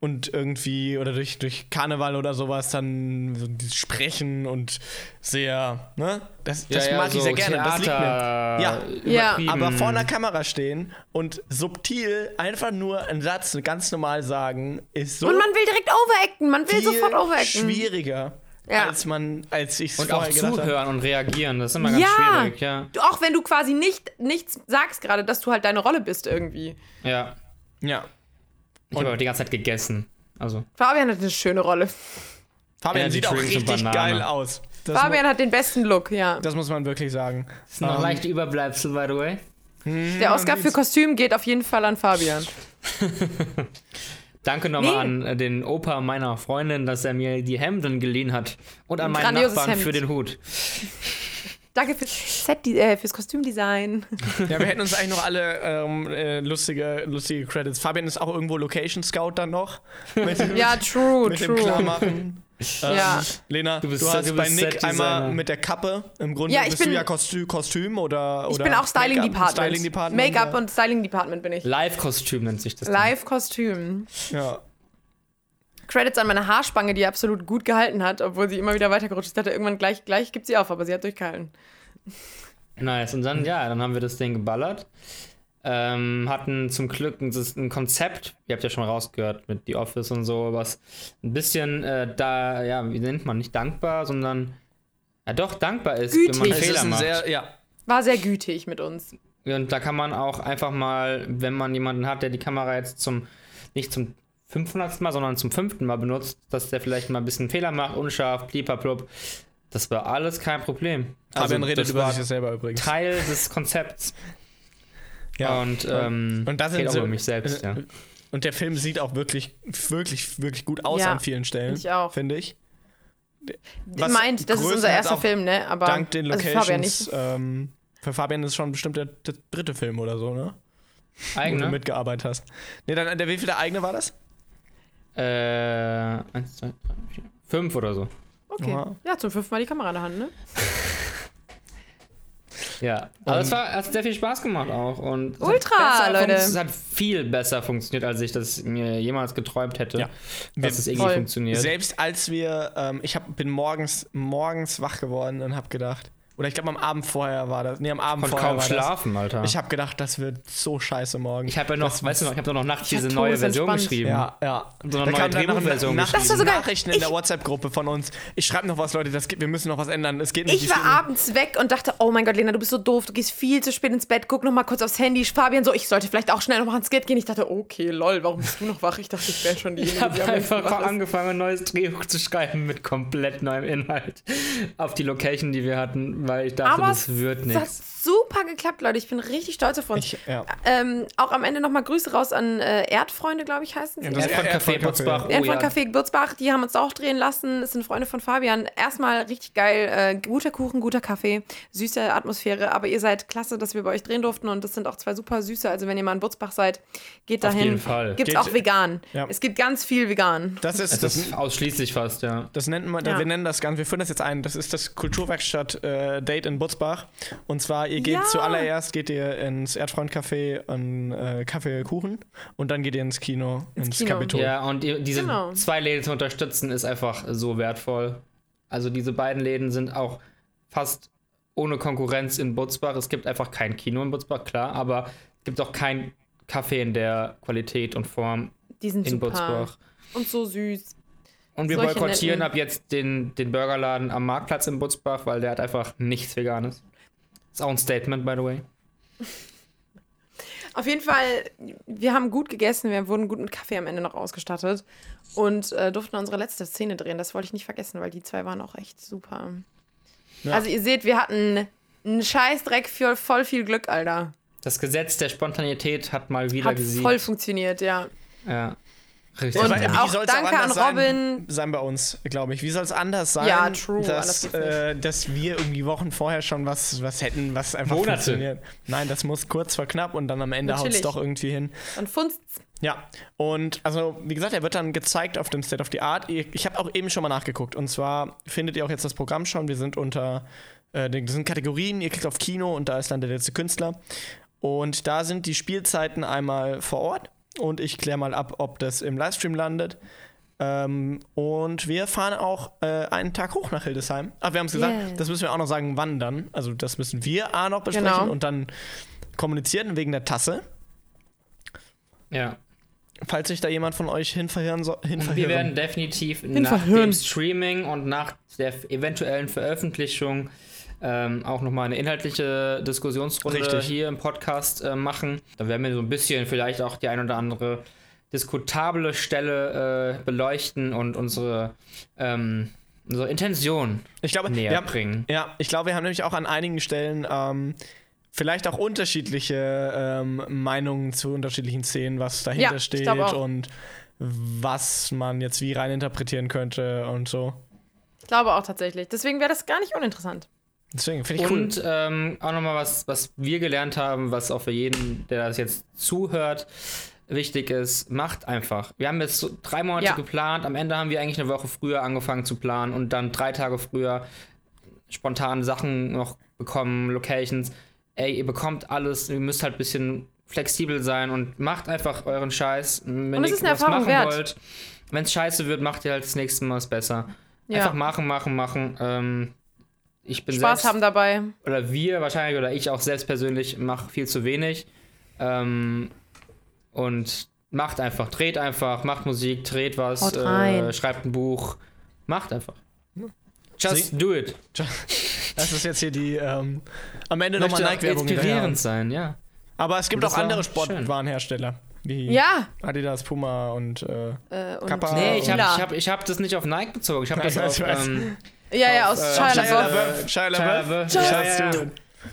Speaker 3: Und irgendwie, oder durch, durch Karneval oder sowas, dann so dieses Sprechen und sehr, ne? Das, das mag ich sehr gerne. das liegt mir. Ja,
Speaker 2: Ja.
Speaker 3: Aber vor
Speaker 4: Mhm.
Speaker 3: einer Kamera stehen und subtil einfach nur einen Satz ganz normal sagen, ist so
Speaker 2: Und man will direkt overacten, man will
Speaker 3: viel
Speaker 2: sofort overacten.
Speaker 3: schwieriger,
Speaker 2: Ja.
Speaker 3: als man, als ich es
Speaker 4: Und auch
Speaker 3: vorher gedacht habe.
Speaker 4: zuhören und reagieren, das ist immer ganz
Speaker 2: Ja.
Speaker 4: schwierig, ja.
Speaker 2: Du- Auch wenn du quasi nicht, nichts sagst gerade, dass du halt deine Rolle bist irgendwie.
Speaker 4: ja.
Speaker 3: Ja.
Speaker 4: Ich habe aber die ganze Zeit gegessen. Also,
Speaker 2: Fabian hat eine schöne Rolle.
Speaker 3: Fabian
Speaker 4: Ja, die
Speaker 3: sieht auch
Speaker 4: Drinks und
Speaker 3: richtig
Speaker 4: Banane.
Speaker 3: geil aus. Das, mu
Speaker 2: Fabian hat den besten Look, ja.
Speaker 3: das muss man wirklich sagen. Ähm,
Speaker 4: das ist noch leichte Überbleibsel, by the way.
Speaker 2: Der Oscar für Kostüm geht auf jeden Fall an Fabian.
Speaker 4: Danke
Speaker 2: Nee.
Speaker 4: nochmal an äh, den Opa meiner Freundin, dass er mir die Hemden geliehen hat. Und an
Speaker 2: Ein
Speaker 4: meinen
Speaker 2: grandioses
Speaker 4: Nachbarn
Speaker 2: Hemd.
Speaker 4: für den Hut.
Speaker 2: Danke fürs, Set, äh, fürs Kostümdesign.
Speaker 3: Ja, wir hätten uns eigentlich noch alle ähm, äh, lustige, lustige Credits. Fabian ist auch irgendwo Location Scout dann noch. Mit, dem-
Speaker 2: Ja, true,
Speaker 3: mit dem
Speaker 2: true.
Speaker 3: Klarmachen. Ähm,
Speaker 2: Ja.
Speaker 3: Lena, du,
Speaker 4: bist-
Speaker 3: hast
Speaker 4: du
Speaker 3: bei
Speaker 4: bist
Speaker 3: Nick
Speaker 4: Set-Designer.
Speaker 3: einmal mit der Kappe. Im Grunde
Speaker 2: Ja, ich
Speaker 3: bist
Speaker 2: bin-
Speaker 3: du ja Kostü Kostüm oder,
Speaker 2: Ich
Speaker 3: oder
Speaker 2: bin auch Styling
Speaker 3: Make-up-
Speaker 2: Department.
Speaker 3: Styling Department.
Speaker 2: Make-up und Styling Department bin ich.
Speaker 4: Live-Kostüm nennt sich das.
Speaker 2: Live-Kostüm.
Speaker 3: ja.
Speaker 2: Credits an meine Haarspange, die absolut gut gehalten hat, obwohl sie immer wieder weitergerutscht ist. Ich dachte, irgendwann gleich, gleich gibt sie auf, aber sie hat durchgehalten.
Speaker 4: Dann. Nice. Und dann, ja, dann haben wir das Ding geballert. Ähm, hatten zum Glück ein, das ist ein Konzept, ihr habt ja schon rausgehört mit The Office und so, was ein bisschen äh, da, ja, wie nennt man, nicht dankbar, sondern ja doch dankbar ist, wenn man
Speaker 2: Gütig.
Speaker 3: Es ist
Speaker 4: Fehler
Speaker 3: ein
Speaker 4: macht. Also
Speaker 3: sehr, ja.
Speaker 2: War sehr gütig mit uns.
Speaker 4: Und da kann man auch einfach mal, wenn man jemanden hat, der die Kamera jetzt zum, nicht zum 500. Mal, sondern zum fünften Mal benutzt, dass der vielleicht mal ein bisschen Fehler macht, unscharf, blipablub. Das war alles kein Problem. Also,
Speaker 3: Fabian redet
Speaker 4: das
Speaker 3: über
Speaker 4: war
Speaker 3: sich selber übrigens.
Speaker 4: Teil des Konzepts.
Speaker 3: Ja.
Speaker 4: Und, ähm,
Speaker 3: Und das sind
Speaker 4: geht auch
Speaker 3: so-
Speaker 4: über mich selbst, ja.
Speaker 3: Und der Film sieht auch wirklich, wirklich, wirklich gut aus
Speaker 2: Ja,
Speaker 3: an vielen Stellen.
Speaker 2: ich auch.
Speaker 3: Finde ich. Was
Speaker 2: Meint, das ist unser
Speaker 3: größtenteils
Speaker 2: erster
Speaker 3: auch
Speaker 2: Film, ne? Aber
Speaker 3: Dank den
Speaker 2: also
Speaker 3: Locations.
Speaker 2: Fabian nicht.
Speaker 3: Ähm, für Fabian ist schon bestimmt der, der dritte Film oder so, ne? Wo du
Speaker 4: äh, Eigene.
Speaker 3: mitgearbeitet hast. Nee, dann der wie viel der eigene war das?
Speaker 4: Äh, eins, zwei, drei, vier, fünf oder so.
Speaker 2: Okay.
Speaker 3: Oha.
Speaker 2: Ja, zum fünften Mal die Kamera in der Hand, ne?
Speaker 4: Ja, aber es war, hat sehr viel Spaß gemacht auch. Und es hat
Speaker 2: Ultra,
Speaker 4: besser funkt-
Speaker 2: Leute.
Speaker 4: Es hat viel besser funktioniert, als ich das mir jemals geträumt hätte,
Speaker 3: Ja. Wir-
Speaker 4: dass es irgendwie
Speaker 2: voll.
Speaker 4: funktioniert.
Speaker 3: Selbst als wir, ähm, ich hab, bin morgens, morgens wach geworden und habe gedacht, oder ich glaube am Abend vorher war das, nee, am Abend
Speaker 4: Konnte
Speaker 3: vorher
Speaker 4: kaum
Speaker 3: war
Speaker 4: schlafen,
Speaker 3: das.
Speaker 4: Alter.
Speaker 3: Ich habe gedacht, das wird so scheiße morgen.
Speaker 4: Ich habe ja noch, weißt du noch, ich habe noch nachts
Speaker 2: Ja,
Speaker 4: diese neue Version
Speaker 2: todesentspannt.
Speaker 4: geschrieben.
Speaker 3: ja, ja.
Speaker 4: So eine neue Drehbuchversion
Speaker 3: nach,
Speaker 2: geschrieben. Das war so geil.
Speaker 3: Nachrichten in
Speaker 2: Ich-
Speaker 3: der WhatsApp-Gruppe von uns. Ich schreibe noch was, Leute, das geht, wir müssen noch was ändern. Es geht nicht.
Speaker 2: Ich
Speaker 3: es
Speaker 2: war
Speaker 3: geht nicht.
Speaker 2: abends weg und dachte, oh mein Gott, Lena, du bist so doof, du gehst viel zu spät ins Bett, guck noch mal kurz aufs Handy. Fabian so, ich sollte vielleicht auch schnell noch mal ins Gate gehen. Ich dachte, okay, lol, warum bist du noch wach? Ich dachte, ich wäre schon diejenige,
Speaker 4: Ich
Speaker 2: die
Speaker 4: habe
Speaker 2: am längsten
Speaker 4: einfach
Speaker 2: wach ist.
Speaker 4: angefangen, ein neues Drehbuch zu schreiben mit komplett neuem Inhalt auf die Location, die wir hatten, weil ich dachte,
Speaker 2: Aber
Speaker 4: das wird
Speaker 2: es hat
Speaker 4: nichts.
Speaker 2: super geklappt, Leute. Ich bin richtig stolz auf uns.
Speaker 3: Ich- ja.
Speaker 2: ähm, auch am Ende nochmal Grüße raus an äh, Erdfreunde, glaube ich, heißen sie.
Speaker 3: das-
Speaker 4: Erdfreund
Speaker 3: Ja,
Speaker 4: Café
Speaker 3: Erdfreund Café.
Speaker 4: Butzbach. Oh,
Speaker 2: Erdfreund
Speaker 4: ja.
Speaker 2: Café Bürzbach, die haben uns auch drehen lassen. Das sind Freunde von Fabian. Erstmal richtig geil. Äh, guter Kuchen, guter Kaffee, süße Atmosphäre. Aber ihr seid klasse, dass wir bei euch drehen durften. Und das sind auch zwei super süße. Also, wenn ihr mal in Bürzbach seid, geht
Speaker 4: Auf
Speaker 2: dahin.
Speaker 4: jeden Fall.
Speaker 2: Gibt's
Speaker 3: Geht-
Speaker 2: auch vegan.
Speaker 3: Ja.
Speaker 2: Es gibt ganz viel vegan.
Speaker 3: Das ist,
Speaker 4: Es
Speaker 3: das,
Speaker 4: ist ausschließlich fast, ja.
Speaker 3: Das nennt man,
Speaker 2: Ja.
Speaker 3: wir nennen das Ganze, wir führen das jetzt ein, das ist das Kulturwerkstatt äh, Date in Butzbach. Und zwar, ihr geht
Speaker 2: Ja.
Speaker 3: zuallererst, geht ihr ins Erdfreund-Café an äh, Kaffee Kuchen und dann geht ihr ins Kino, ins,
Speaker 2: Kino.
Speaker 3: Kapitol.
Speaker 4: Ja, und die, diese
Speaker 2: Genau.
Speaker 4: zwei Läden zu unterstützen ist einfach so wertvoll. Also diese beiden Läden sind auch fast ohne Konkurrenz in Butzbach. Es gibt einfach kein Kino in Butzbach, klar, aber es gibt auch kein Café in der Qualität und Form
Speaker 2: Die sind
Speaker 4: in
Speaker 2: super.
Speaker 4: Butzbach.
Speaker 2: Und so süß.
Speaker 4: Und wir
Speaker 2: Solche
Speaker 4: boykottieren
Speaker 2: netten-
Speaker 4: ab jetzt den, den Burgerladen am Marktplatz in Butzbach, weil der hat einfach nichts Veganes. Ist auch ein Statement, by the way.
Speaker 2: Auf jeden Fall, wir haben gut gegessen. Wir wurden gut mit Kaffee am Ende noch ausgestattet. Und äh, durften unsere letzte Szene drehen. Das wollte ich nicht vergessen, weil die zwei waren auch echt super. Also, ihr seht, wir hatten einen Scheißdreck für voll viel Glück, Alter.
Speaker 4: Das Gesetz der Spontanität hat mal wieder
Speaker 2: Hat
Speaker 4: gesiegt.
Speaker 2: voll funktioniert, ja.
Speaker 4: ja. Richtig.
Speaker 2: Und
Speaker 3: Weil, wie
Speaker 2: auch
Speaker 3: soll's
Speaker 2: danke an
Speaker 3: anders
Speaker 2: Robin.
Speaker 3: Sein, sein bei uns, glaube ich. Wie soll es anders sein,
Speaker 2: Ja, true, anders
Speaker 3: dass,
Speaker 2: geht's nicht.
Speaker 3: äh, dass wir irgendwie Wochen vorher schon was, was hätten, was einfach
Speaker 4: Monate.
Speaker 3: funktioniert? Nein, das muss kurz vor knapp und dann am Ende haut es
Speaker 2: Natürlich.
Speaker 3: doch irgendwie hin.
Speaker 2: Und Funst,
Speaker 3: Ja, und also wie gesagt, er wird dann gezeigt auf dem State of the Art. Ich, ich habe auch eben schon mal nachgeguckt. Und zwar findet ihr auch jetzt das Programm schon. Wir sind unter, äh, das sind Kategorien. Ihr klickt auf Kino und da ist dann der letzte Künstler. Und da sind die Spielzeiten einmal vor Ort. Und ich kläre mal ab, ob das im Livestream landet. Ähm, und wir fahren auch äh, einen Tag hoch nach Hildesheim. Ach, wir haben es gesagt,
Speaker 2: Yeah.
Speaker 3: das müssen wir auch noch sagen, wann dann. Also das müssen wir A noch besprechen
Speaker 2: Genau.
Speaker 3: und dann kommunizieren wegen der Tasse.
Speaker 4: ja.
Speaker 3: Falls sich da jemand von euch hinverhören soll.
Speaker 4: Wir
Speaker 3: hinverhören.
Speaker 4: werden definitiv nach
Speaker 2: verhören.
Speaker 4: dem Streaming und nach der f- eventuellen Veröffentlichung ähm, auch nochmal eine inhaltliche Diskussionsrunde
Speaker 3: Richtig.
Speaker 4: hier im Podcast äh, machen. Da werden wir so ein bisschen vielleicht auch die ein oder andere diskutable Stelle äh, beleuchten und unsere, ähm, unsere Intention
Speaker 3: ich glaube,
Speaker 4: näher
Speaker 3: wir haben,
Speaker 4: bringen.
Speaker 3: ja, ich glaube, wir haben nämlich auch an einigen Stellen ähm, vielleicht auch unterschiedliche ähm, Meinungen zu unterschiedlichen Szenen, was dahinter
Speaker 2: Ja, ich
Speaker 3: steht
Speaker 2: glaube auch.
Speaker 3: und was man jetzt wie rein interpretieren könnte und so.
Speaker 2: ich glaube auch tatsächlich. Deswegen wäre das gar nicht uninteressant.
Speaker 3: Deswegen finde ich cool.
Speaker 4: Und ähm, auch nochmal was, was wir gelernt haben, was auch für jeden, der das jetzt zuhört, wichtig ist, macht einfach. Wir haben jetzt so drei Monate
Speaker 2: Ja.
Speaker 4: geplant, am Ende haben wir eigentlich eine Woche früher angefangen zu planen und dann drei Tage früher spontan Sachen noch bekommen, Locations. Ey, ihr bekommt alles, ihr müsst halt ein bisschen flexibel sein und macht einfach euren Scheiß. Wenn
Speaker 2: Und es
Speaker 4: ihr
Speaker 2: ist eine
Speaker 4: was
Speaker 2: Erfahrung
Speaker 4: machen
Speaker 2: wert.
Speaker 4: wollt, wenn es scheiße wird, macht ihr halt das nächste Mal es besser.
Speaker 2: Ja.
Speaker 4: Einfach machen, machen, machen. Ähm, ich bin
Speaker 2: Spaß
Speaker 4: selbst
Speaker 2: haben dabei.
Speaker 4: oder wir wahrscheinlich oder ich auch selbst persönlich mache viel zu wenig ähm, und macht einfach, dreht einfach, macht Musik, dreht was,
Speaker 2: Haut rein.
Speaker 4: äh, schreibt ein Buch, macht einfach. Just
Speaker 3: Sie-
Speaker 4: do it.
Speaker 3: Das ist jetzt hier die ähm, am Ende nochmal
Speaker 4: Möchte auch
Speaker 3: Nike-Werbung.
Speaker 4: inspirierend
Speaker 3: hinterher.
Speaker 4: sein, ja.
Speaker 3: Aber es gibt
Speaker 4: Das
Speaker 3: auch
Speaker 4: war
Speaker 3: andere
Speaker 4: schön.
Speaker 3: Sportwarenhersteller. Wie
Speaker 2: Ja.
Speaker 3: Adidas, Puma und äh,
Speaker 2: Äh, und
Speaker 3: Kappa.
Speaker 4: Nee, ich habe
Speaker 2: Lila.
Speaker 4: ich hab, ich hab das nicht auf Nike bezogen. Ich habe
Speaker 3: Ja, ich
Speaker 4: das auf
Speaker 3: weiß, ich weiß.
Speaker 4: ähm,
Speaker 2: ja, ja, aus
Speaker 4: auf, äh,
Speaker 2: Shia
Speaker 3: Shia
Speaker 2: LaBeouf.
Speaker 3: LaBeouf. Shia LaBeouf.
Speaker 4: Shia
Speaker 3: Ja,
Speaker 4: LaBeouf.
Speaker 3: ja,
Speaker 4: Ja,
Speaker 3: ja.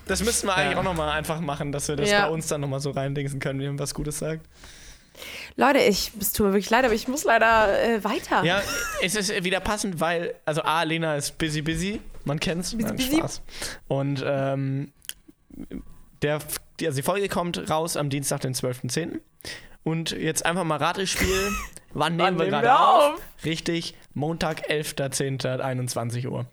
Speaker 3: Das müssten wir eigentlich
Speaker 4: Ja.
Speaker 3: auch nochmal einfach machen, dass wir das
Speaker 2: Ja.
Speaker 3: bei uns dann nochmal so reindingsen können, wenn was Gutes sagt.
Speaker 2: Leute, ich, es tut mir wirklich leid, aber ich muss leider äh, weiter.
Speaker 3: Ja, es ist wieder passend, weil, also A, Lena ist busy, busy, man kennt's. Busy, Nein,
Speaker 2: busy.
Speaker 3: Spaß. Und ähm, der, die- also die Folge kommt raus am Dienstag, den 12.10. Und jetzt einfach mal Ratespiel. Wann nehmen wir gerade auf? Richtig, Montag, 11.10.21 Uhr.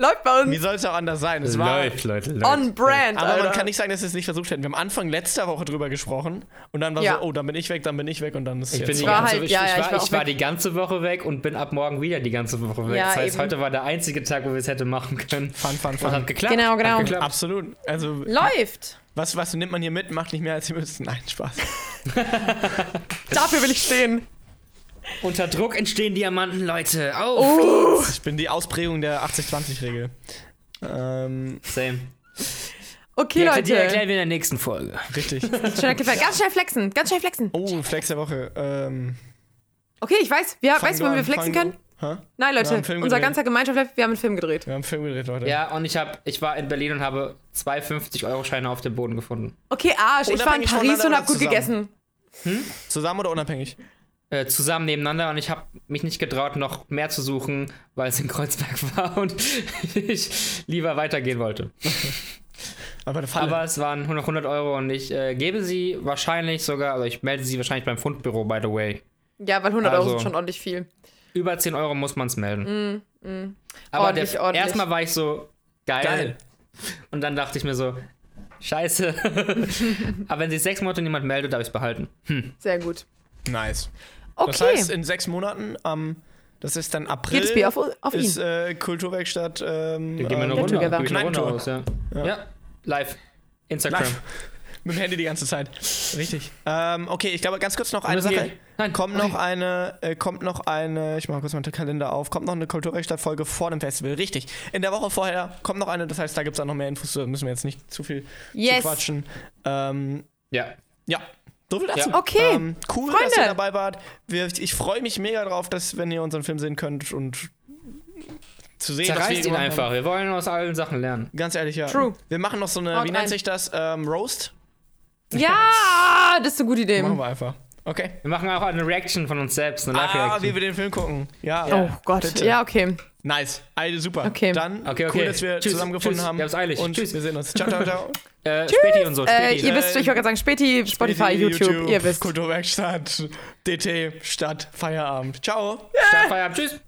Speaker 2: Läuft bei
Speaker 3: Wie
Speaker 2: uns.
Speaker 3: soll es auch anders sein? Es war
Speaker 4: Läuft, Leute, läuft.
Speaker 2: On brand.
Speaker 3: Aber
Speaker 2: Alter.
Speaker 3: man kann nicht sagen, dass wir es nicht versucht hätten. Wir haben Anfang letzter Woche drüber gesprochen und dann war
Speaker 2: Ja.
Speaker 3: so, oh, dann bin ich weg, dann bin ich weg und dann ist
Speaker 4: Ich, bin
Speaker 3: jetzt
Speaker 4: die
Speaker 2: war
Speaker 4: ganze,
Speaker 2: halt-
Speaker 4: ich,
Speaker 2: ja, ja,
Speaker 4: ich,
Speaker 2: ich
Speaker 4: war,
Speaker 2: war auch
Speaker 4: ich war
Speaker 2: weg.
Speaker 4: die ganze Woche weg und bin ab morgen wieder die ganze Woche weg.
Speaker 2: Ja,
Speaker 4: das heißt,
Speaker 2: eben.
Speaker 4: heute war der einzige Tag, wo wir es hätte machen können.
Speaker 3: Fun, fun,
Speaker 4: Und
Speaker 3: fun.
Speaker 4: hat geklappt.
Speaker 2: Genau, genau.
Speaker 4: Hat geklappt.
Speaker 3: Absolut. Also,
Speaker 2: Läuft.
Speaker 3: was, was nimmt man hier mit? Macht nicht mehr, als ihr müsst. Nein, Spaß.
Speaker 2: Dafür will ich stehen.
Speaker 4: Unter Druck entstehen Diamanten, Leute. Auf!
Speaker 3: Ich bin die Ausprägung der 80-20-Regel. Ähm,
Speaker 4: Same.
Speaker 2: Okay,
Speaker 4: Die, die
Speaker 2: Leute.
Speaker 4: erklären wir in der nächsten Folge.
Speaker 3: richtig.
Speaker 2: Schöner Cliffhanger. Ganz schnell flexen. Ganz schnell flexen.
Speaker 3: Oh, Flex der Woche. Ähm,
Speaker 2: Okay, ich weiß. Wir,
Speaker 3: fang
Speaker 2: Ah, weißt
Speaker 3: du
Speaker 2: du, wenn
Speaker 3: an,
Speaker 2: wir flexen
Speaker 3: fang
Speaker 2: können?
Speaker 3: du- Hä?
Speaker 2: Nein,
Speaker 3: Wir haben
Speaker 2: Leunte,
Speaker 3: einen Film
Speaker 2: unser
Speaker 3: gedreht.
Speaker 2: ganzer Gemeinschaftslab, wir haben einen Film gedreht.
Speaker 3: Wir haben einen Film gedreht, Leute.
Speaker 4: Ja, und ich, hab, ich war in Berlin und habe zwei 50-Euro-Scheine auf dem Boden gefunden.
Speaker 2: Okay, Arsch, ich war in
Speaker 3: Unabhängig
Speaker 2: Paris
Speaker 3: voneinander
Speaker 2: und
Speaker 3: oder
Speaker 2: hab gut
Speaker 3: zusammen?
Speaker 2: gegessen.
Speaker 3: Zusammen oder unabhängig?
Speaker 4: Äh, zusammen nebeneinander und ich habe mich nicht getraut, noch mehr zu suchen, weil es in Kreuzberg war und ich lieber weitergehen wollte.
Speaker 3: Aber eine Falle.
Speaker 4: Aber es waren 100, 100 Euro und ich äh, gebe sie wahrscheinlich sogar, also ich melde sie wahrscheinlich beim Fundbüro, by the way.
Speaker 2: Ja, weil 100 Euro
Speaker 4: Also.
Speaker 2: sind schon ordentlich viel.
Speaker 4: Über 10 Euro muss man es melden. Aber
Speaker 2: Mm, Ordentlich,
Speaker 4: der,
Speaker 2: ordentlich.
Speaker 4: erstmal war ich so geil.
Speaker 3: Geil.
Speaker 4: Und dann dachte ich mir so, scheiße. Aber wenn sich sechs Monate niemand meldet, darf ich es behalten.
Speaker 2: Sehr gut.
Speaker 3: nice.
Speaker 2: Okay,
Speaker 3: Das heißt, in sechs Monaten, am, das ist dann April,
Speaker 2: jedes Bier auf, auf ihn.
Speaker 3: ist äh, Kulturwerkstatt. Ähm,
Speaker 4: Wir gehen
Speaker 3: ähm,
Speaker 4: eine Runde,
Speaker 2: together.
Speaker 4: gehen eine Runde
Speaker 3: Kneipentour.
Speaker 4: aus, ja. ja. live. Instagram.
Speaker 3: Live. Mit dem Handy die ganze Zeit. Richtig. Ähm, okay, ich glaube, ganz kurz noch eine
Speaker 4: Eine
Speaker 3: Sache.
Speaker 4: Serie. Nein.
Speaker 3: Kommt noch eine, äh, kommt noch eine, ich mache kurz meinen Kalender auf, kommt noch eine Kulturwerkstatt-Folge vor dem Festival. Richtig. In der Woche vorher kommt noch eine, das heißt, da gibt es auch noch mehr Infos, da müssen wir jetzt nicht zu viel
Speaker 2: Yes.
Speaker 3: zu quatschen. Ähm,
Speaker 4: Ja.
Speaker 3: ja. So viel dazu.
Speaker 4: Ja.
Speaker 2: Okay.
Speaker 3: Ähm, cool, dass
Speaker 2: Freunde.
Speaker 3: ihr dabei wart. Wir, ich freue mich mega drauf, dass, wenn ihr unseren Film sehen könnt und zu sehen, was wir
Speaker 4: Zerreißt ihn
Speaker 3: gemacht haben.
Speaker 4: einfach. Wir wollen aus allen Sachen lernen.
Speaker 3: Ganz ehrlich, ja.
Speaker 2: True.
Speaker 3: Wir machen noch so eine,
Speaker 2: Haut
Speaker 3: wie nennt
Speaker 2: rein.
Speaker 3: sich das? Ähm, Roast?
Speaker 2: ja, das ist eine gute Idee.
Speaker 3: Machen wir einfach. Okay.
Speaker 4: Wir machen auch eine Reaction von uns selbst, eine
Speaker 3: Ah, wie
Speaker 4: Live-Reaction.
Speaker 3: wir den Film gucken. Ja.
Speaker 2: Oh Gott. Ja, okay.
Speaker 3: Nice. Eine super.
Speaker 2: Okay.
Speaker 3: Dann
Speaker 4: Okay, okay.
Speaker 3: cool, dass wir
Speaker 4: Tschüss,
Speaker 3: zusammengefunden
Speaker 4: tschüss.
Speaker 3: haben.
Speaker 4: Wir haben's eilig.
Speaker 3: Und
Speaker 4: Tschüss.
Speaker 3: wir sehen uns. Ciao, ciao, ciao.
Speaker 4: äh, Späti und so.
Speaker 2: Äh,
Speaker 4: Späti.
Speaker 2: ihr
Speaker 3: ne?
Speaker 2: wisst, ich wollte gerade sagen, Späti, Spotify, YouTube, ihr wisst.
Speaker 3: Kulturwerkstatt, DT, Stadt, Feierabend. Ciao.
Speaker 4: Start, Feierabend. Tschüss.